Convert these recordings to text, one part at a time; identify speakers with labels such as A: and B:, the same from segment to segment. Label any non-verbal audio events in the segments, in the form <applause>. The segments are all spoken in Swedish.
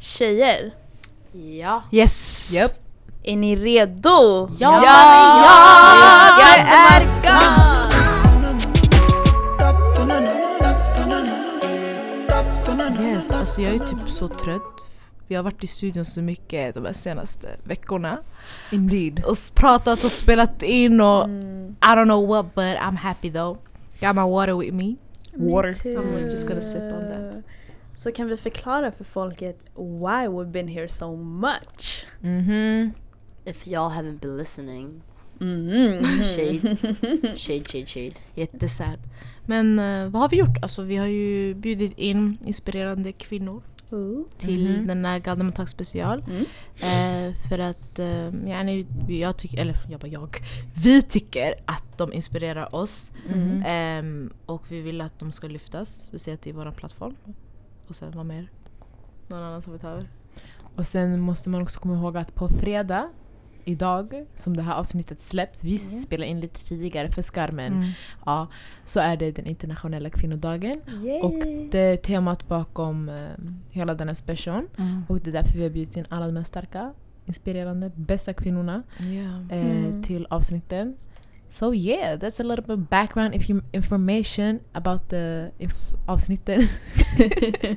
A: Tjejer,
B: Ja.
C: Yes!
D: Japp.
A: är ni redo?
B: Ja!
A: Ja, det är GAN!
D: Yes, alltså jag är typ så trött. Vi har varit i studion så mycket de här senaste veckorna.
C: Indeed.
D: Och s- pratat och spelat in och I don't know what but I'm happy though. Got my water with me.
C: Water.
D: I'm just gonna sip on that.
A: Så kan vi förklara för folket why we've been here so much?
D: Mhm.
B: If y'all haven't been listening.
A: Mm.
B: Shade. Shade, shade, shade.
D: Jättesad. Men eh, vad har vi gjort? Alltså vi har ju bjudit in inspirerande kvinnor
A: Ooh.
D: till
C: Mhm.
D: den här Galdem Attack special.
A: Mm.
D: Eh, för att eh, jag, nu, jag tycker, eller jag bara jag, vi tycker att de inspirerar oss.
A: Mm.
D: Ehm, och vi vill att de ska lyftas. Vi ser att det är vår plattform. Och sen vad mer? Någon annan som vill ta över?
C: Och sen måste man också komma ihåg att på fredag, idag, som det här avsnittet släpps, vi
A: Mm.
C: spelar in lite tidigare för skarmen, ja, så är det den internationella kvinnodagen.
A: Yay.
C: Och det är temat bakom eh, hela den här specialen.
D: Mm.
C: Och det är därför vi har bjudit in alla de här starka, inspirerande, bästa kvinnorna
D: Ja.
C: eh,
A: Mm.
C: till avsnitten. So yeah, that's a little bit of background if you, information about the inf- avsnitten.
A: Mm.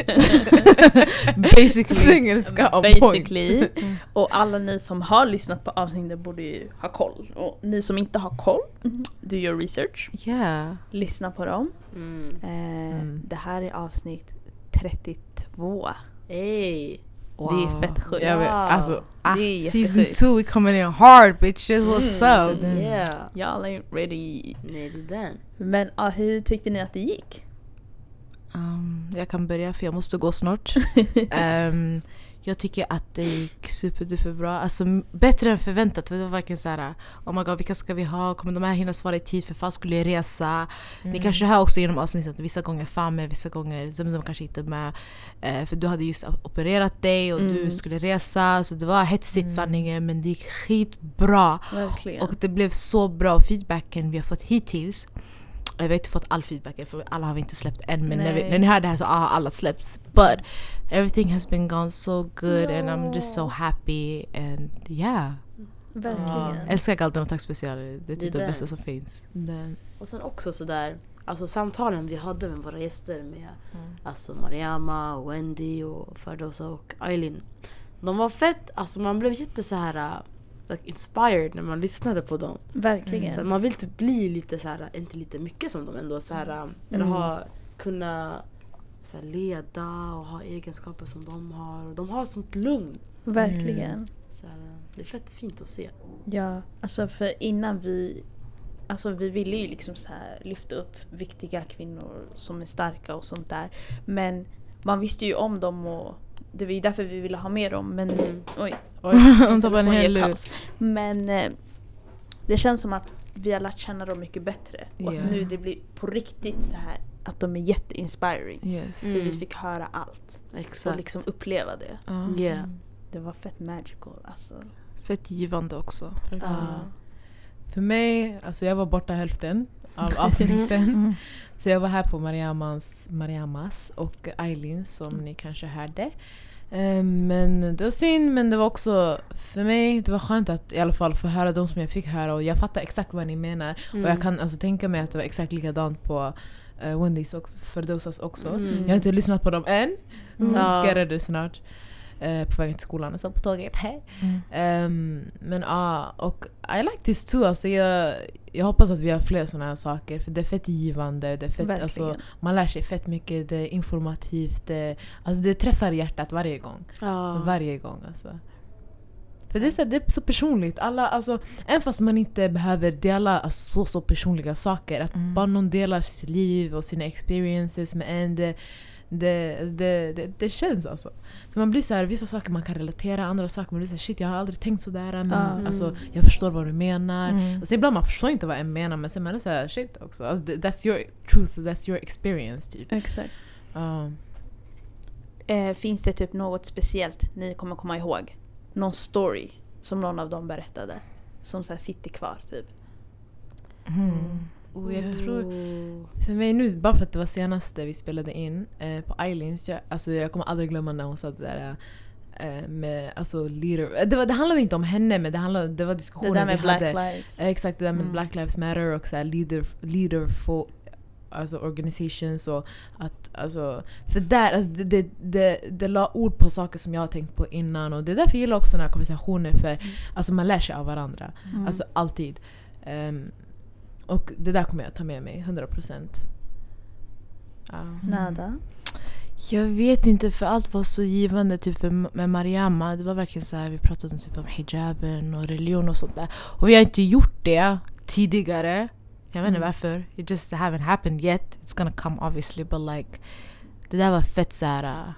A: <laughs>
D: <laughs> Basically.
C: Engelska <laughs> on point.
A: Basically. Och alla ni som har lyssnat på avsnittet borde ju ha koll. Och ni som inte har koll, do your research.
D: Yeah.
A: Mm-hmm. Lyssna på dem.
B: Mm.
A: Eh,
C: Mm.
A: Det här är avsnitt 32.
B: Ey.
A: Det är fett sjukt.
D: Jag vet, alltså, ah,
A: Det är
D: season
A: jättesjukt.
D: 2 we coming in hard bitches, what's
A: Mm,
D: up?
C: det- Mm.
B: Yeah.
A: Y'all ain't ready.
B: Nej, det är den.
A: Men ah, hur tyckte ni att det gick?
D: Um, jag kan börja för jag måste gå snart. Ehm, jag tycker att det gick superduper bra. Alltså m- bättre än förväntat. För det var verkligen såhär, oh my god vilka ska vi ha? Kommer de här hinna svara i tid? För fan skulle jag resa? Ni kanske hör också genom avsnittet att vissa gånger fan med, vissa gånger Zemzem kanske inte med. Eh, för du hade just opererat dig och du
A: Mm.
D: skulle resa. Så det var hetsigt sanningen men det gick skitbra.
A: Verkligen.
D: Och det blev så bra feedbacken vi har fått hittills. Jag har inte fått all feedbacken för alla har vi inte släppt än men när, vi,
A: Nej.
D: när ni hör det här så har alla släppts. But everything has been gone so good and I'm just so happy and yeah.
A: Verkligen.
D: Älskar Galten och Tack special. Det är typ
B: Det
D: det,
B: där.
D: bästa som finns. Den.
B: Och sen också sådär, alltså samtalen vi hade med våra gäster med alltså Mariama, och Wendy och Fardosa och Eileen. De var fett, alltså man blev jätte så här äh, like inspired när man lyssnade på dem.
A: Verkligen.
D: Mm.
B: Så man vill typ bli lite så här, inte lite mycket som dem ändå så här, äh, eller ha, kunna så här, leda och ha egenskaper som de har. Och de har sånt lugn.
A: Verkligen.
D: Mm.
B: Så här, äh, det är fett fint att se.
A: Ja, alltså för innan vi... Alltså vi ville ju liksom så här lyfta upp viktiga kvinnor som är starka och sånt där. Men man visste ju om dem och det var ju därför vi ville ha med dem. Men
B: Mm.
A: Ah. oj,
D: Hon tappade en
A: telefonen
D: hel
A: gör
D: lur.
A: kaos. Men eh, det känns som att vi har lärt känna dem mycket bättre. Och
D: Ja.
A: att nu det blir på riktigt så här att de är jätteinspiring.
D: <laughs> Yes.
A: För vi
B: Mm.
A: fick höra allt och
B: Exakt.
A: liksom uppleva det.
D: Ja.
B: yeah.
A: Det var fett magical alltså.
D: Fett givande också.
A: Ja.
C: För mig, alltså jag var borta hälften av avsnitten. så jag var här på Mariamas, Mariamas och Eileen som ni kanske hörde. Eh, Men det var synd, men det var också för mig, det var skönt att i alla fall få höra de som jag fick höra och jag fattar exakt vad ni menar. Och
B: Mm.
C: jag kan alltså tänka mig att det var exakt likadant på eh, Wendys och Ferdosas också. Jag har inte lyssnat på dem än. Ska jag göra det snart. Eh, på vägen till skolan och så på tåget. Hej. Ehm, men ja, och I like this too. Alltså jag, jag hoppas att vi har fler sådana här saker för det är fett givande. Det är fett,
A: Verkligen.
C: alltså, man lär sig fett mycket, det är informativt. Det, alltså det träffar hjärtat varje gång.
B: Ja.
C: Varje gång alltså. För det är så, det är så personligt. Alla, alltså, även fast man inte behöver dela alltså, så, så personliga saker. Att bara någon delar sitt liv och sina experiences med en. Det, det, det, det, det känns alltså. För man blir så här, vissa saker man kan relatera, andra saker man blir så här, shit jag har aldrig tänkt sådär men
A: Mm.
C: alltså, jag förstår vad du menar. Och sen ibland man förstår inte vad en menar men sen man är så här, shit också. Alltså, det- that's your truth, that's your experience typ.
A: Exakt.
C: Ja.
A: Eh, finns det typ något speciellt ni kommer komma ihåg? Någon story som någon av dem berättade? Som så här sitter kvar typ.
D: Mm.
C: Och jag tror För mig nu, bara för att det var senaste vi spelade in eh, på Islands, jag, alltså jag kommer aldrig glömma när hon sa det där eh, med alltså leader. Det, var, det handlade inte om henne men det, handlade, det var
A: Det
C: diskussionen
A: där med
C: vi
A: Black
C: hade.
A: Lives.
C: Eh, Exakt, det där med
D: Mm.
C: Black Lives Matter och så här leader, leader for alltså organizations och att alltså för där, alltså det, det, det, det la ord på saker som jag har tänkt på innan och det är därför jag gillar också såna här konversationer för
A: Mm.
C: alltså man lär sig av varandra.
D: Mm.
C: Alltså alltid. Ehm, och det där kommer jag ta med mig, 100%. Ja.
A: Nada.
D: Jag vet inte för allt var så givande typ för, med Mariama. Det var verkligen så här, vi pratade om, typ om hijaben och religion och sånt där. Och vi har inte gjort det tidigare. Jag vet inte varför. It just haven't happened yet. It's gonna come obviously but like det där var fett så här. äh,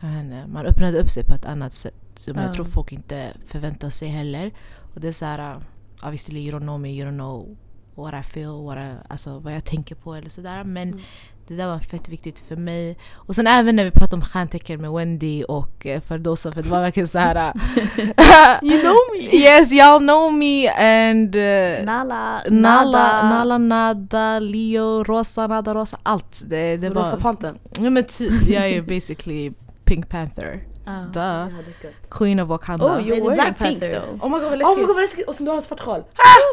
D: Jag vet inte, man öppnade upp sig på ett annat sätt som
C: Ja.
D: jag tror folk inte förväntar sig heller. Och det är så här, äh, obviously you don't know me, you don't know what I feel, what I, alltså vad jag tänker på eller sådär. Men
B: Mm.
D: det där var fett viktigt för mig. Och sen även när vi pratade om stjärntecken med Wendy
B: <laughs>
D: och <laughs> eh, Fardosa för det var verkligen så här. äh,
A: You know me!
D: yes, y'all know me and eh,
A: Nala,
D: Nala, Nala, Nada, Leo, Rosa, Nada, Rosa, allt. Det, det
B: Det
D: var...
B: Rosa Panten.
D: Ja men typ, jag är ju basically
B: <laughs>
D: Pink Panther.
B: Jag
D: Duh.
B: hade gött.
D: Queen of Wakanda.
A: Oh, you
D: Oh,
B: Nej, det är
A: were
B: Black
A: Black pink
B: Panther.
A: though.
D: my god vad
B: Åh
D: läskigt!
B: men gud vad läskigt! Och så du har en svart sjal.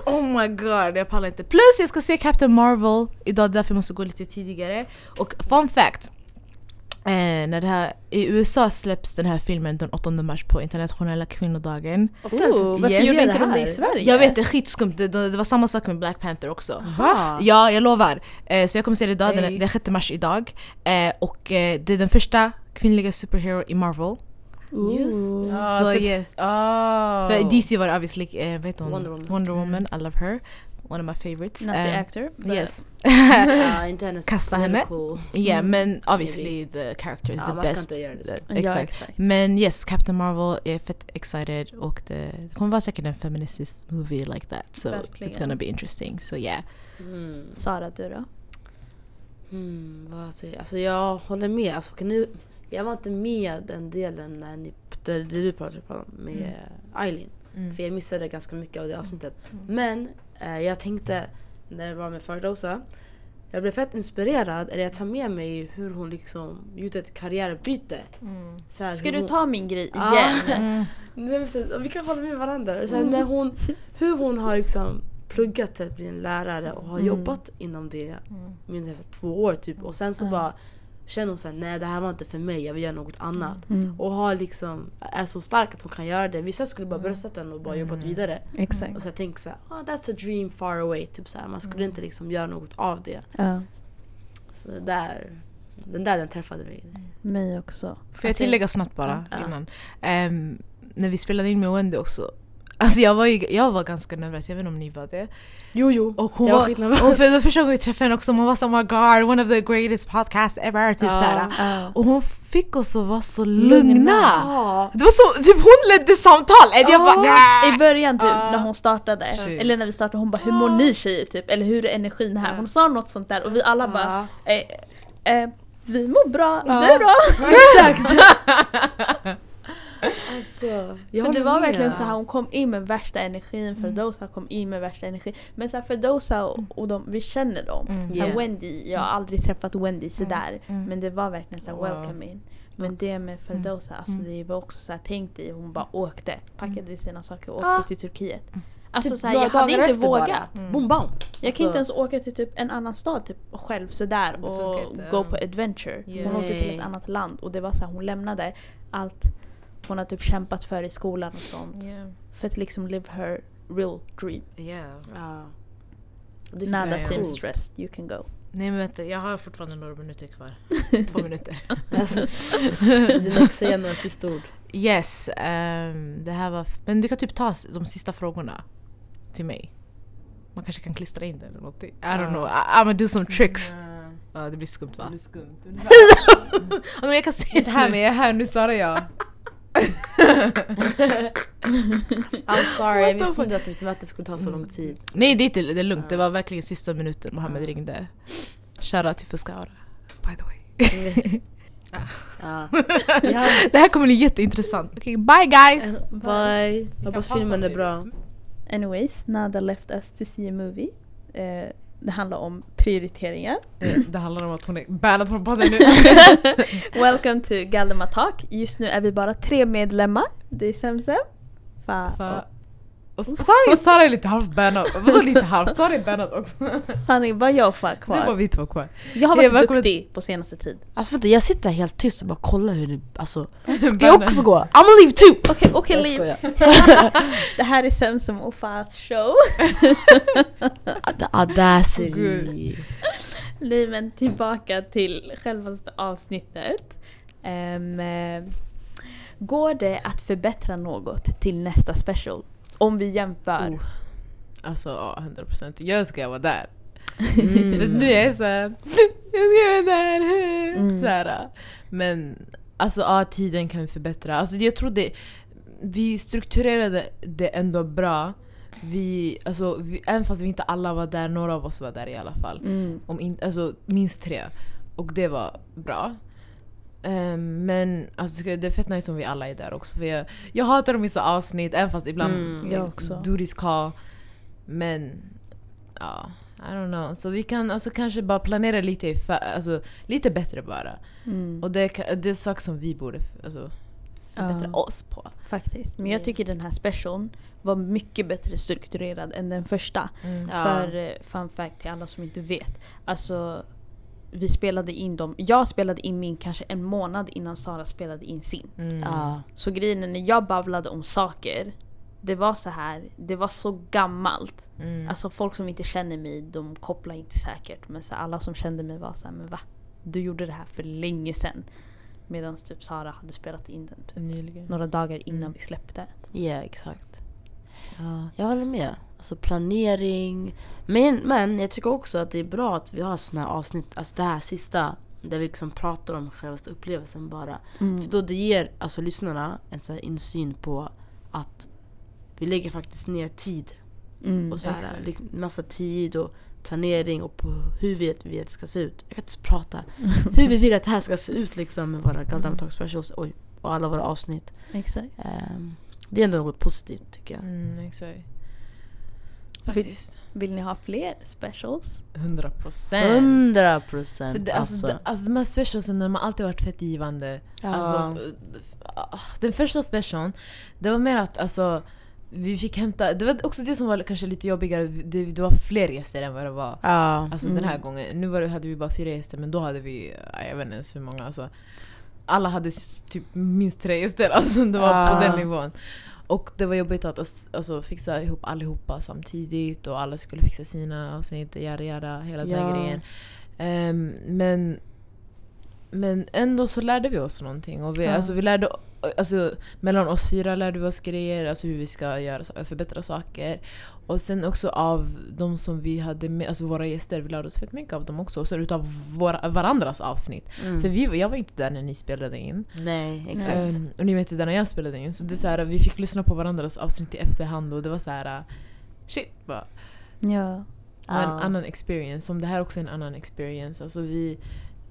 D: Oh my god, jag pallar inte. Plus jag ska se Captain Marvel idag därför jag måste gå lite tidigare. Och fun fact! Eh, när det här, I USA släpps den här filmen den 8 mars på internationella kvinnodagen.
B: Oftare så-
A: Ooh, varför
D: Yes.
A: gjorde
B: Gör
A: inte
B: det
A: de det i
B: här.
A: Sverige?
D: Jag vet, det är skitskumt. Det, det var samma sak med Black Panther också.
B: <laughs> Va?
D: Ja, jag lovar. Eh, så jag kommer se det idag,
C: Hej.
D: den, den 6 mars idag. Eh, och eh, det är den första kvinnliga superhero i Marvel.
A: Just
C: Ah,
D: Så,
C: typ-
D: yes.
C: ah.
D: För DC var det obviously, eh, vet hon?
B: Wonder Woman.
D: Wonder Woman, I love her. One of my favorites.
A: Not the
D: Eh,
A: actor. but-
D: yes. <laughs>
B: Ja, inte hennes
D: Kasta henne.
B: political-
D: Yeah, men obviously the character is
B: Mm. Ja,
D: the
B: man ska
D: best.
B: inte göra det så.
D: Eh,
A: Ja,
D: Exakt.
A: exakt.
D: Men yes, Captain Marvel är fett excited och det, det kommer vara säkert en feministisk movie like that. So
A: Verkligen.
D: it's gonna be interesting. So yeah.
B: Mm.
A: Sara, du då?
B: Hmm, vad säger jag? Alltså jag håller med. Alltså, kan nu, jag var inte med den delen när ni, där du pratade om med
A: Mm.
B: Eileen. För jag missade ganska mycket av det avsnittet. Men eh, jag tänkte när jag var med Fardosa. Jag blev fett inspirerad, eller jag tar med mig hur hon liksom gjorde ett karriärbyte. Så här,
A: Ska
B: hur
A: du
B: hon-
A: ta min grej igen?
B: Ja.
A: <laughs>
B: Nej, men precis. Och vi kan hålla med varandra. Så här,
A: Mm.
B: när hon, hur hon har liksom pluggat till att bli en lärare och har
A: Mm.
B: jobbat inom det minst nästan två år typ. Och sen så bara känner hon såhär, nej det här var inte för mig, jag vill göra
A: Mm.
B: något annat. Och har liksom, är så stark att hon kan göra det. Vissa skulle bara bröstat den och bara jobbat vidare.
A: Mm. Exakt.
B: Och så tänker såhär, ah that's a dream far away. Typ så här. Man skulle
A: Mm.
B: inte liksom göra något av det.
A: Ja,
B: Så där, den där den träffade mig.
A: mig också.
D: Får jag
A: Alltså,
D: tillägga snabbt bara
B: Ja.
D: innan? Ehm, när vi spelade in med Wendy också. Alltså jag var, ju, jag var ganska nervös, jag vet inte om ni var det.
B: Jo jo.
D: Och hon
B: Jag var
D: var,
B: skitnervös.
D: och för typ det var första gången vi träffade henne också, hon var så oh my god, one of the greatest podcasts ever. Typ
B: Ja.
D: såhär.
A: Ja.
D: Och hon fick oss att vara så lugna.
B: Ja.
D: Det var så, typ hon ledde samtalet. Jag bara
A: I
D: "Nä."
A: början typ
D: Ja.
A: när hon startade,
D: Shit.
A: eller när vi startade, hon bara hur mår ni tjejer typ? Eller hur är energin här? Hon sa något sånt där och vi alla bara eh, eh, vi mår bra,
B: Ja.
A: du då?
B: Exakt! alltså, jag
A: Men det
B: håller
A: var
B: med.
A: verkligen så här hon kom in med värsta energin, Ferdosa kom in med värsta energin. Men så här Ferdosa och, och de, vi känner dem. Så här,
B: Yeah.
A: Wendy, jag har aldrig träffat Wendy sådär.
D: Mm.
A: Men det var verkligen så här
C: Wow.
A: welcome in. Men det med Ferdosa,
B: Mm.
A: alltså det var också så här tänk dig, hon bara åkte, packade sina saker och åkte
B: Ah.
A: till Turkiet. Alltså
B: Typ
A: så här,
B: några
A: jag hade
B: dagar
A: inte
B: efter
A: vågat.
B: bara. Alltså- Boom, bam.
A: Mm. Jag kan inte ens åka till typ en annan stad typ, själv sådär
D: Det
A: och
D: funkar inte,
A: gå
D: ja.
A: på adventure.
D: Yeah.
A: Hon åkte till ett
B: Nej.
A: annat land och det var så här, hon lämnade allt hon har typ kämpat för i skolan och sånt. För att liksom live her real dream.
D: Yeah.
B: Alltså, Ja. <laughs>
A: Nada
D: jag.
A: seems stressed, you can go.
D: Nej men vänta, jag har fortfarande några minuter kvar. Två minuter.
B: Alltså, du växer igen några sista ord.
D: Yes, ehm, det här var... f- Men du kan typ ta s- de sista frågorna till mig. Man kanske kan klistra in det eller någonting. I don't
C: Ja.
D: know, I, I'm gonna do some tricks.
C: Ja,
D: Ja, det blir skumt va?
C: det blir skumt. Det blir
D: <laughs> Ja, men jag kan se
C: Det här med jag är här, nu svarar jag.
B: I'm sorry, jag
D: What the
B: visste inte att mitt möte skulle ta så lång
D: <laughs>
B: tid.
D: Nej det är, inte, det är lugnt, det var verkligen sista minuten Mohammed ringde. Shoutout till Fuskaura. By the way.
B: Ah. Ja.
D: <laughs> Det här kommer bli jätteintressant. Okej, bye guys!
B: Bye. Hoppas filmen är bra.
A: Anyways, Nada left us to see a movie. Eh, Det handlar om prioriteringar.
C: Eh, Det handlar om att hon är bannad från <laughs> podden nu.
A: Welcome to Galdemar Talk. Just nu är vi bara tre medlemmar. Det är Semsem, Fa
D: Alltså,
C: Fa- Och Sara, Sara är lite halvt bannad. Vadå lite halvt? Sara är bannad också.
A: och Sanning. Bara jag och Fa
C: Det är bara
A: kvar.
C: vi två kvar.
A: Jag har
C: Hej,
A: varit
C: välkommen-
A: duktig på senaste tid.
B: Alltså vänta, jag sitter helt tyst och bara kollar hur ni... Alltså, ska jag
C: Bannad.
B: också gå? I'm gonna leave too!
A: Okej, okej
B: Jag
A: Liv.
B: skojar.
A: <laughs> Det här är Semsem och Fas show.
B: The audacity. Mm.
C: Gud.
A: Liv, men tillbaka till själva avsnittet. Ehm, eh, går det att förbättra något till nästa special? Om vi jämför.
C: Oh. Alltså ja, 100%. Jag önskar jag var där. För nu är jag såhär, <laughs> jag ska vara där.
A: Mm.
C: Såhär. Men alltså ja, tiden kan vi förbättra. Alltså jag tror det, vi strukturerade det ändå bra. Vi, alltså, vi, även fast vi inte alla var där, några av oss var där i alla fall.
A: Mm.
C: Om in, alltså minst tre. Och det var bra. Ehm, men alltså, det är fett nice om vi alla är där också. För jag, jag hatar att missa avsnitt, även fast ibland
B: Mm,
A: jag också.
C: do this call. Men ja, I don't know. Så vi kan alltså, kanske bara planera lite, i fa- alltså, lite bättre bara.
A: Mm.
C: Och det, ka- det är saker som vi borde alltså, förbättra oss på.
A: Faktiskt. Men jag tycker den här specialen var mycket bättre strukturerad än den första.
B: Ja.
A: För eh, fun fact till alla som inte vet. Alltså, vi spelade in dem. Jag spelade in min kanske en månad innan Sara spelade in sin.
C: Mm.
B: Ja.
A: Så grejen är när jag babblade om saker, det var så här, det var så gammalt.
C: Mm.
A: Alltså folk som inte känner mig, de kopplar inte säkert. Men så alla som kände mig var så här, men va? Du gjorde det här för länge sedan. Medan typ Sara hade spelat in den typ,
C: Nyligen.
A: några dagar innan
C: Mm.
A: vi släppte.
B: Ja, exakt. Jag håller med. Alltså planering. Men, men jag tycker också att det är bra att vi har såna här avsnitt, alltså det här sista, där vi liksom pratar om själva upplevelsen bara. För då det ger alltså, lyssnarna en sån här insyn på att vi lägger faktiskt ner tid
A: Mm.
B: och så här,
C: exakt.
B: lik- massa tid och planering och på hur vi vill att det ska se ut. Jag kan inte ens
C: <laughs>
B: prata. Hur vi vill att det här ska se ut liksom med våra Galdam Talk Specials oj, och alla våra avsnitt.
A: Exakt.
B: Ehm, det är ändå något positivt tycker jag.
C: Mm, exakt. Faktiskt.
A: Vill ni ha fler specials?
C: 100 procent.
B: 100
C: Mm. För
B: procent
C: det, alltså,
B: alltså.
C: det, alltså de här specialsen de har alltid varit fett givande.
B: Ja.
C: Alltså, ah, den första specialen, det var mer att alltså, vi fick hämta, det var också det som var kanske lite jobbigare, det, det var fler gäster än vad det var
B: Ja. Mm.
C: alltså, den här gången. Nu var det, hade vi bara fyra gäster men då hade vi, ah, jag vet inte ens hur många. Alltså, alla hade s- typ minst tre gäster, <laughs> alltså, det var på
B: Ah.
C: den nivån. Och det var jobbigt att ass- alltså, fixa ihop allihopa samtidigt och alla skulle fixa sina avsnitt, yada yada, hela den
B: Ja.
C: här grejen. Ehm, men, men ändå så lärde vi oss någonting. Och vi,
B: Ja.
C: alltså, vi lärde, alltså, mellan oss fyra lärde vi oss grejer, alltså hur vi ska göra, sa- förbättra saker. Och sen också av de som vi hade med, alltså våra gäster, vi lärde oss fett mycket av dem också. Och sen utav våra, varandras avsnitt.
B: Mm.
C: För vi, var- jag var inte där när ni spelade in.
B: Nej, exakt.
C: Ehm, och ni vet inte när jag spelade in. Så det är så här, vi fick lyssna på varandras avsnitt i efterhand och det var så här. Shit bara.
A: Ja.
C: Det var en
B: Ja.
C: annan experience. Som det här också är en annan experience. Alltså vi,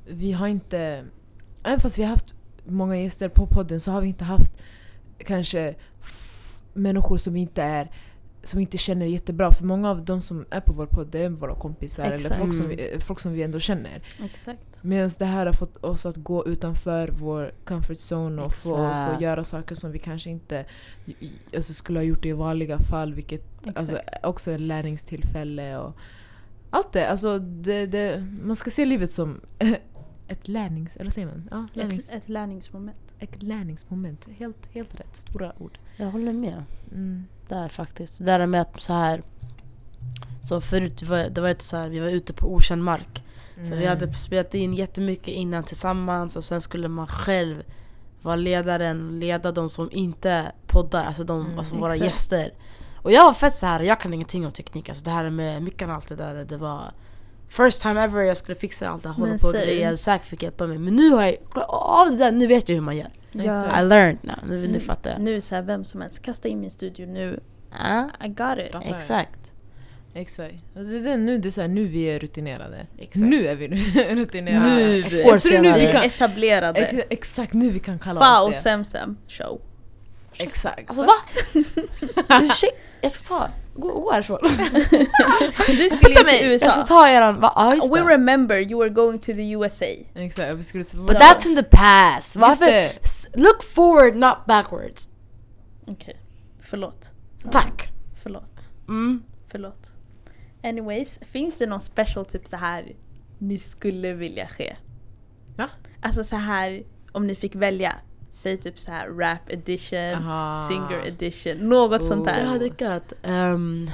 C: vi har inte... Även fast vi har haft många gäster på podden så har vi inte haft kanske f- människor som inte är som inte känner jättebra. För många av de som är på vår podd det är våra kompisar eller
A: Exakt.
C: folk som,
B: Mm.
C: vi, eh, folk som vi ändå känner.
A: Exakt.
C: Medan det här har fått oss att gå utanför vår comfort zone och få oss att
B: Exakt.
C: göra saker som vi kanske inte i- i- alltså, skulle ha gjort i vanliga fall. Vilket Alltså, också ett lärningstillfälle och allt det. Alltså, det, det. Man ska se livet som <laughs> ett lärnings... Eller vad säger man? Ja, lärnings,
A: ett, ett lärningsmoment.
C: ett lärningsmoment. Helt, helt rätt. Stora ord.
B: Jag håller med.
C: Mm.
B: Där faktiskt. Det där med att så här så förut var, det var inte så här, vi var ute på okänd mark. Så vi
A: Mm.
B: hade spelat in jättemycket innan tillsammans och sen skulle man själv vara ledaren, leda de som inte poddar, alltså, de,
C: Mm,
B: alltså våra
A: exakt.
B: gäster. Och jag var fett så här, jag kan ingenting om teknik, alltså det här med mickarna och allt det där, det var First time ever jag skulle fixa allt det här, hålla
A: Men
B: på och
A: säg.
B: grejer, Zack fick hjälpa mig. Men nu har jag av det där, nu vet jag hur man gör.
C: Ja.
B: I learned now, nu,
A: Mm.
B: nu fattar jag.
A: Nu så här, vem som helst, kasta in min studio nu.
B: Ja,
A: I got it.
C: Bra.
A: <laughs>
B: exakt.
C: Exakt. Och Det, det, nu, det är så här, nu vi är rutinerade.
B: Exakt.
C: Nu <laughs> är vi rutinerade.
A: Nu!
B: Ett år
C: tror nu vi
B: senare.
A: Vi
C: kan-
A: etablerade.
C: Ex, exakt nu vi kan kalla
A: Fa och
C: oss det.
A: Semsem show.
C: Exakt.
A: <laughs>
B: Alltså va? Ursäkta? Jag ska ta, gå, gå härifrån.
A: Du skulle ju till
B: Jag ska
A: USA.
B: ta eran, va? Ja just
A: We
B: det.
A: remember you were going to the USA.
C: Exakt, vi skulle
B: But
A: So-
B: that's in the past. Varför?
C: det.
B: S- Look forward not backwards.
A: Okej. Förlåt.
B: Tack.
A: Förlåt.
B: Mm.
A: Förlåt. Anyways, finns det någon special typ så här ni skulle vilja ske?
C: Va?
A: Alltså så här om ni fick välja. Säg typ så här rap edition,
C: Aha.
A: singer edition, något sånt
B: Jag
A: där.
B: hade gött. Um,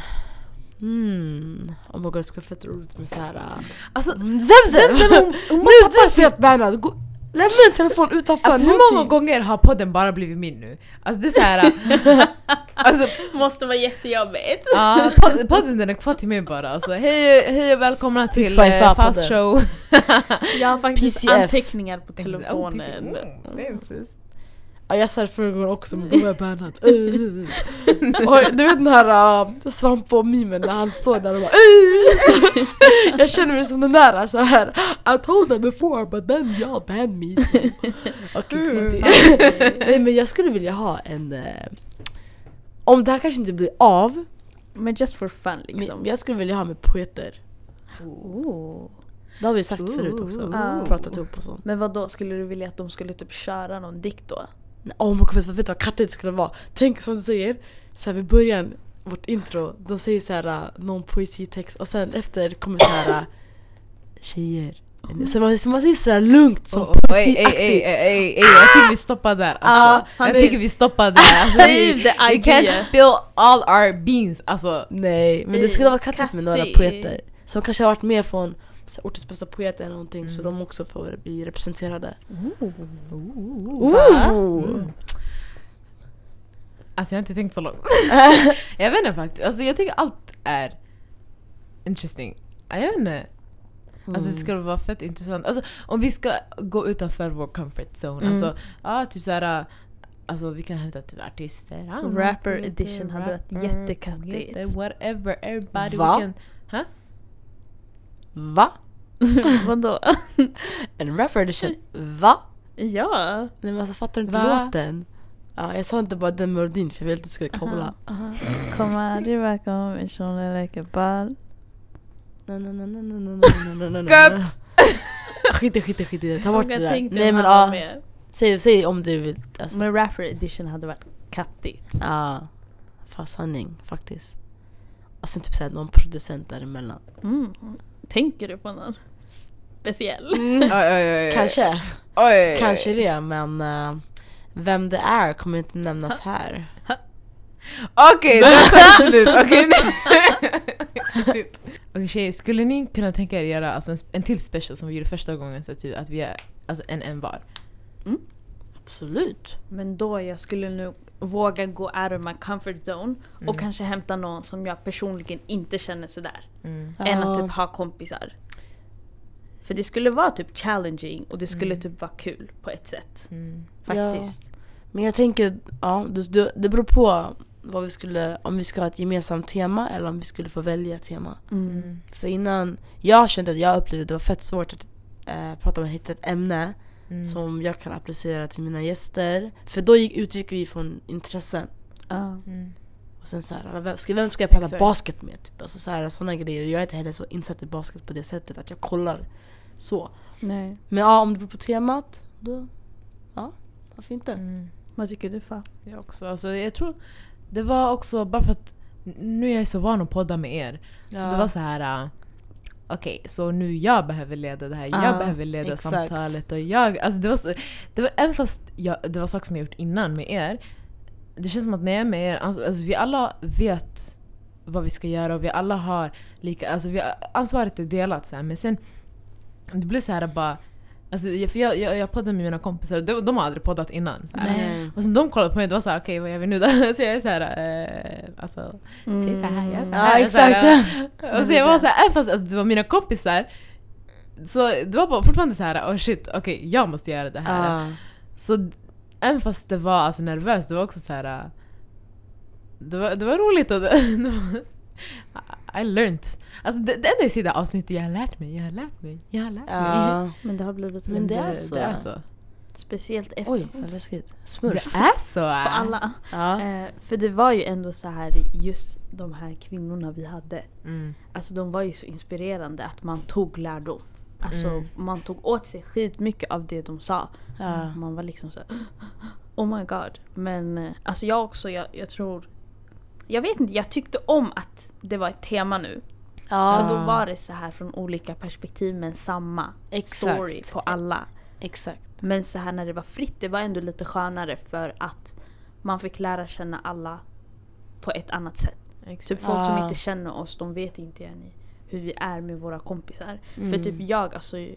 B: mm. Oh my god, jag ska vara fett roligt med äh, såhär...
C: Alltså,
B: Zemzem! Mm, <laughs> Nu är du fett bannad! Gå- Lämna en telefon utanför,
C: Alltså hur många gånger har podden bara blivit min nu? Alltså det är såhär... alltså,
A: Måste vara jättejobbigt.
C: ja, podden, podden den är kvar till mig bara. Alltså, hej, hej och välkomna till
B: Spotify
C: eh, Fast
B: podden.
C: <laughs> Show.
A: Jag har faktiskt
B: PCF.
A: anteckningar på telefonen.
B: Ja, jag sa det förra gången också men då var jag bannad. Ugh. Oj, du vet den här uh, Svampo-memen när han står där och bara "Ugh." Så- <laughs> Jag känner mig som den där så här. I told them before but then y'all banned me. Okej, skit i- <laughs> Nej men jag skulle vilja ha en... eh, om det här kanske inte blir av,
A: Men just for fun liksom. Oh.
B: men jag skulle vilja ha med poeter.
A: Ooh.
B: Det har vi sagt förut också.
A: Ooh.
B: Pratat ihop och sånt.
A: Men vad då skulle du vilja att de skulle typ köra någon dikt då?
B: Åh oh my god, vet du vad kattigt skulle vara? Tänk som du säger, så här vid början, vårt intro, de säger så här äh, någon poesitext och sen efter kommer så här äh, tjejer. Så man, så man säger så här lugnt som
C: Ej, ej, ej,
B: poesiaktigt.
C: ej, ej, jag tycker vi stoppar där alltså.
A: Ah,
C: jag
A: Sandy.
C: tycker vi stoppar
A: <laughs>
C: där. Alltså, vi,
A: Save the
C: we can't
A: idea.
C: spill all our beans alltså.
B: Nej, men det skulle vara kattigt med några
A: Kattigt.
B: poeter som kanske har varit med från så här, ortens bästa poeter eller någonting så de också får bli representerade.
C: Mm. Alltså jag har inte tänkt så långt. jag vet inte faktiskt. Alltså jag tycker allt är interesting. Jag vet inte. Alltså det skulle vara fett intressant. Alltså om vi ska gå utanför vår comfort zone. Alltså, ja typ såhär. Alltså vi kan hämta typ artister. ja,
A: Rapper
C: poeter,
A: edition hade varit
C: rapper,
A: jättekattigt.
C: poeter, Whatever, everybody
B: Va?
C: we can... Huh?
B: Va?
A: <laughs> Vadå?
B: En rapper edition? Va?
A: ja.
B: Nej men alltså fattar du inte
C: Va?
B: låten? Ja, jag sa inte bara den melodin för jag ville att du skulle kolla.
A: Komma arriva, kom en kjol leker ball.
B: Na, na, na, na, na, na, na, na, na, na.
C: Gött!
B: Ah, Skit i, skit i, skit i det. Ta bort
A: Jag
B: det där.
A: tänkte
B: Nej men
A: ja.
B: ja,
A: Med.
B: säg, säg om du vill. Alltså,
A: Men rapper edition hade varit kattigt.
B: ja. Fan sanning faktiskt. Och sen typ såhär någon producent däremellan.
A: Mm. Tänker du på någon speciell?
C: <laughs> Oj, oj, oj, oj.
B: Kanske,
C: Oj, oj, oj.
B: kanske det men eh, vem det är kommer inte nämnas här.
C: Okej, där tar <laughs> det slut. Okej, <laughs> nej. Shit. Okej tjejer, skulle ni kunna tänka er att göra alltså, en, en till special som vi gjorde första gången? Så att, typ, att vi är alltså, en en var.
B: Absolut.
A: Men då jag skulle nu våga gå out of my comfort zone och kanske hämta någon som jag personligen inte känner sådär. Än att typ ha kompisar. För det skulle vara typ challenging och det skulle typ vara kul på ett sätt.
D: Mm.
A: Faktiskt.
B: Men jag tänker, ja, det, det- det beror på vad vi skulle, om vi ska ha ett gemensamt tema eller om vi skulle få välja tema.
A: Mm.
B: För innan, jag kände att jag upplevde att det var fett svårt att eh, prata om att hitta ett ämne
D: Mm.
B: som jag kan applicera till mina gäster. För då gick, utgick vi från intressen.
A: Ja.
D: Mm.
B: Och sen så här, vem, ska, vem ska jag prata
C: Exakt.
B: basket med? Typ. Alltså så här, såna grejer. Jag är inte heller så insatt i basket på det sättet att jag kollar så.
A: Nej.
B: Men ja, om det beror på temat, då, ja, varför inte?
C: Mm.
A: Vad tycker du Fa?
C: Jag också. Alltså, jag tror det var också bara för att nu är jag så van att podda med er. Så
B: Ja.
C: det var så här. äh, Okej, så nu jag behöver leda det här,
B: Ja,
C: jag behöver leda
B: exakt.
C: samtalet och jag... Alltså det var så, det var, även fast jag, det var saker som jag gjort innan med er, det känns som att när jag är med er, alltså, alltså, vi alla vet vad vi ska göra och vi alla har lika... Alltså vi, ansvaret är delat så här, men sen det blir så här bara... Alltså, jag- för jag, jag, jag poddar med mina kompisar, de, de har aldrig poddat innan. Så här.
B: Nej.
C: Och sen de kollade på mig och det var såhär, okej vad gör vi nu då? <laughs> Så jag är såhär, eh, alltså,
A: Mm.
C: säg såhär, jag är
B: Ja,
C: såhär.
B: exakt.
C: Och så jag var såhär, även fast alltså, det var mina kompisar, så det var bara fortfarande såhär, oh shit, okej jag måste göra det här.
B: Ja.
C: Så d- även fast det var alltså, nervöst, det var också såhär, eh, det var, det var roligt och <laughs> det, det var, I learned. Alltså det, det enda jag ser i det här avsnittet, jag har lärt mig, jag har lärt mig, jag har lärt mig.
B: Ja.
A: Men det har blivit
B: Men det är så.
C: Det är så.
A: Speciellt efter.
D: Oj, vad läskigt. Smurf.
C: Det är så!
A: För alla.
D: Ja.
A: Eh, för det var ju ändå så här just de här kvinnorna vi hade.
D: Mm.
A: Alltså de var ju så inspirerande att man tog lärdom. Alltså
D: Mm.
A: man tog åt sig skitmycket av det de sa.
D: Ja.
A: Man var liksom så här, Oh my god. Men eh, alltså jag också, jag, jag tror... Jag vet inte, jag tyckte om att det var ett tema nu. För då var det så här från olika perspektiv men samma
D: Exakt.
A: story på alla.
D: Exakt.
A: Men så här när det var fritt, det var ändå lite skönare för att man fick lära känna alla på ett annat sätt. Typ folk som
D: Ah.
A: inte känner oss, de vet inte än hur vi är med våra kompisar. För
D: Mm.
A: typ jag, alltså jag,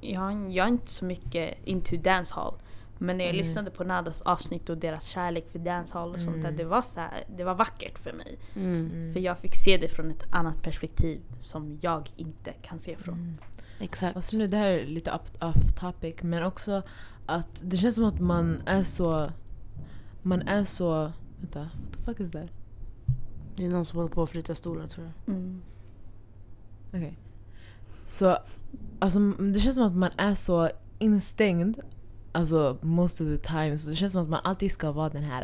A: jag, jag är inte så mycket into dancehall. Men när jag lyssnade på Nadas avsnitt och deras kärlek för dancehall och sånt där, det var, så här, det var vackert för mig.
B: Mm.
A: För jag fick se det från ett annat perspektiv som jag inte kan se från.
D: Exakt.
C: Alltså nu, det här är lite off, off topic men också att det känns som att man är så... Man är så... Vänta, what the fuck is that?
B: Det är någon som håller på att flytta stolar tror jag.
A: Mm.
C: Okej. Så alltså, det känns som att man är så instängd Alltså most of the time. Så det känns som att man alltid ska vara den här...